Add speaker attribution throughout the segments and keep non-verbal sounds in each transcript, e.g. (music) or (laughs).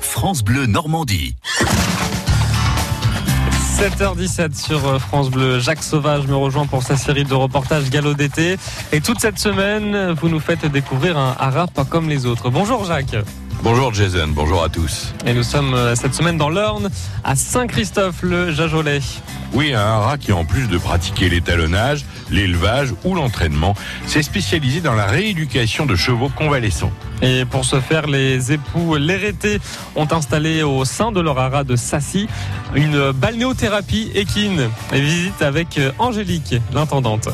Speaker 1: France Bleu Normandie.
Speaker 2: 7h17 sur euh, France Bleu. Jacques Sauvage me rejoint pour sa série de reportages galop d'été. Et toute cette semaine, vous nous faites découvrir un haras pas comme les autres. Bonjour Jacques.
Speaker 3: Bonjour Jason, bonjour à tous.
Speaker 2: Et nous sommes euh, cette semaine dans l'Orne, à Saint-Christophe, le Jajolais.
Speaker 3: Oui, un rat qui, en plus de pratiquer l'étalonnage, l'élevage ou l'entraînement, s'est spécialisé dans la rééducation de chevaux convalescents.
Speaker 2: Et pour ce faire, les époux Lérité ont installé au sein de leur haras de Sassy une balnéothérapie équine. Et visite avec euh, Angélique, l'intendante.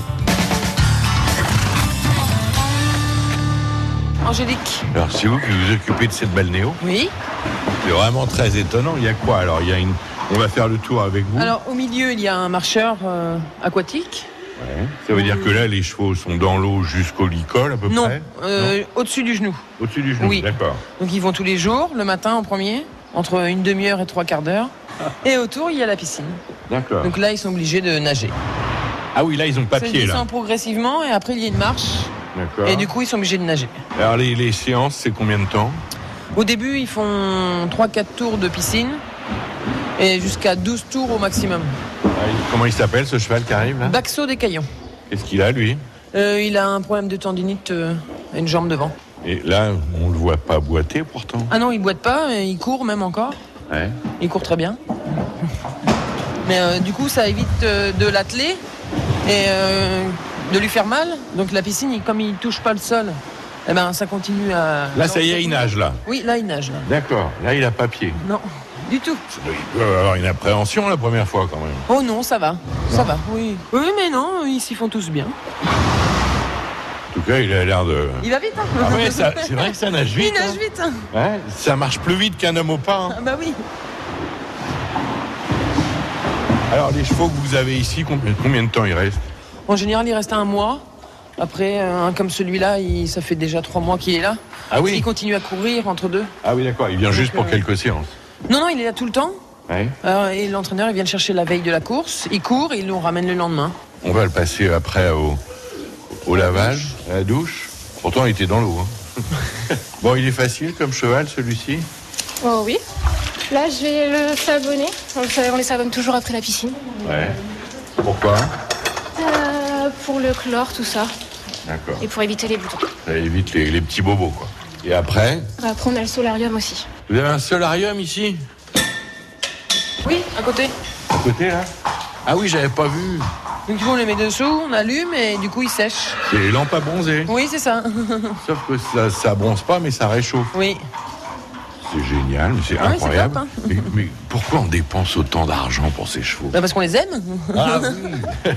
Speaker 4: Angélique.
Speaker 3: Alors, c'est vous qui vous occupez de cette balnéo
Speaker 4: Oui.
Speaker 3: C'est vraiment très étonnant. Il y a quoi Alors, il y a une. On va faire le tour avec vous.
Speaker 4: Alors au milieu, il y a un marcheur euh, aquatique.
Speaker 3: Ça veut dire que là, les chevaux sont dans l'eau jusqu'au licol, à peu
Speaker 4: non,
Speaker 3: près
Speaker 4: euh, au-dessus du genou.
Speaker 3: Au-dessus du genou,
Speaker 4: oui.
Speaker 3: d'accord.
Speaker 4: Donc ils vont tous les jours, le matin en premier, entre une demi-heure et trois quarts d'heure.
Speaker 3: Ah.
Speaker 4: Et autour, il y a la piscine.
Speaker 3: D'accord.
Speaker 4: Donc là, ils sont obligés de nager.
Speaker 3: Ah oui, là, ils ont le
Speaker 4: Ça, ils
Speaker 3: papier, là.
Speaker 4: descendent progressivement et après, il y a une marche.
Speaker 3: D'accord.
Speaker 4: Et du coup, ils sont obligés de nager.
Speaker 3: Alors, les, les séances, c'est combien de temps
Speaker 4: Au début, ils font 3-4 tours de piscine et jusqu'à 12 tours au maximum.
Speaker 3: Ah, il- Comment il s'appelle, ce cheval qui arrive, là
Speaker 4: Baxo des Caillons.
Speaker 3: Qu'est-ce qu'il a, lui
Speaker 4: Euh, il a un problème de tendinite euh, à une jambe devant.
Speaker 3: Et là, on le voit pas boiter, pourtant.
Speaker 4: Ah non, il boite pas, et il court même encore.
Speaker 3: Ouais.
Speaker 4: Il court très bien. Mais euh, du coup, ça évite euh, de l'atteler et euh, de lui faire mal. Donc la piscine, il- comme il touche pas le sol, eh ben, ça continue à.
Speaker 3: Là, ça y est, il nage, là.
Speaker 4: Oui, là, il nage. là.
Speaker 3: D'accord. Là, il a papier.
Speaker 4: Non, du tout.
Speaker 3: Il doit avoir une appréhension la première fois, quand même.
Speaker 4: Oh non, ça va. Ça va, oui. Oui, mais non, ils s'y font tous bien.
Speaker 3: En tout cas, il a l'air de.
Speaker 4: Il va vite, hein
Speaker 3: Ah ouais,
Speaker 4: (laughs)
Speaker 3: ça- c'est vrai que ça nage
Speaker 4: Il
Speaker 3: vite.
Speaker 4: nage
Speaker 3: hein.
Speaker 4: vite. hein.
Speaker 3: Ouais, ça marche plus vite qu'un homme au pas. hein.
Speaker 4: Ah bah oui.
Speaker 3: Alors, les chevaux que vous avez ici, combien, combien de temps ils restent
Speaker 4: En général, il reste un mois. Après, un comme celui-là, il- ça fait déjà trois mois qu'il est là.
Speaker 3: Ah oui
Speaker 4: Il continue à courir entre deux.
Speaker 3: Ah oui, d'accord. Il vient juste pour
Speaker 4: euh,
Speaker 3: quelques séances.
Speaker 4: Non, non, il est là tout le temps.
Speaker 3: Ouais.
Speaker 4: Alors, et l'entraîneur, il vient le chercher la veille de la course, il court et il nous ramène le lendemain.
Speaker 3: On va le passer après au, au lavage, à la douche. Pourtant, il était dans l'eau. (laughs) hein. bon, il est facile comme cheval, celui-ci.
Speaker 5: Oh oui. Là, je vais le savonner. On, le sa- on les savonne toujours après la piscine.
Speaker 3: Ouais. Pourquoi
Speaker 5: Euh, pour le chlore, tout ça.
Speaker 3: D'accord.
Speaker 5: Et pour éviter les boutons.
Speaker 3: Ça évite les, les petits bobos, quoi. Et après,
Speaker 5: Après, on a le solarium aussi.
Speaker 3: vous avez un solarium ici
Speaker 4: Oui, à côté.
Speaker 3: À côté, là Ah oui, j'avais pas vu.
Speaker 4: Donc du coup, on les met dessous, on allume et du coup, il sèche.
Speaker 3: C'est les lampes à bronzer.
Speaker 4: Oui, c'est ça.
Speaker 3: Sauf que ça, ça bronze pas, mais ça réchauffe.
Speaker 4: (laughs) Oui.
Speaker 3: C'est génial, mais c'est
Speaker 4: oui,
Speaker 3: incroyable.
Speaker 4: c'est top, hein.
Speaker 3: mais, mais pourquoi on dépense autant d'argent pour ces
Speaker 4: (laughs)
Speaker 3: chevaux
Speaker 4: Bah, parce qu'on les aime.
Speaker 3: Ah oui,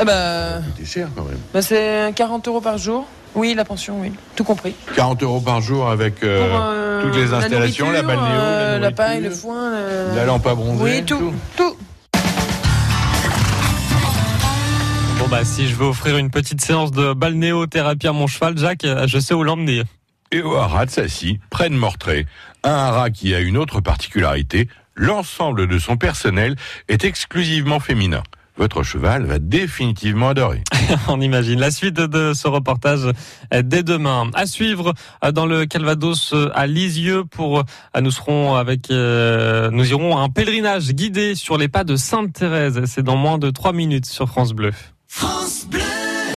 Speaker 4: Eh ben,
Speaker 3: c'est cher quand même.
Speaker 4: bah, c'est 40 euros par jour. Oui, la pension, oui. Tout compris.
Speaker 3: 40 euros par jour avec euh,
Speaker 4: Pour, euh,
Speaker 3: toutes les installations, la,
Speaker 4: nourriture,
Speaker 3: balnéo,
Speaker 4: euh,
Speaker 3: la,
Speaker 4: la paille, le
Speaker 3: nourriture,
Speaker 4: foin. euh,
Speaker 3: la lampe à bronzer,
Speaker 4: Oui, tout. Tout.
Speaker 2: Bon bah si je veux offrir une petite séance de balnéothérapie à mon cheval, Jacques, euh, je sais où l'emmener.
Speaker 3: Et au haras de Sassy, près de Mortray, un haras qui a une autre particularité, l'ensemble de son personnel est exclusivement féminin. Votre cheval va définitivement adorer.
Speaker 2: (laughs) On imagine. La suite de ce reportage euh, dès demain. À suivre euh, dans le Calvados euh, à Lisieux pour euh, nous serons avec euh, nous irons à un pèlerinage guidé sur les pas de Sainte Thérèse. C'est dans moins de trois minutes sur France Bleu.
Speaker 6: France Bleu.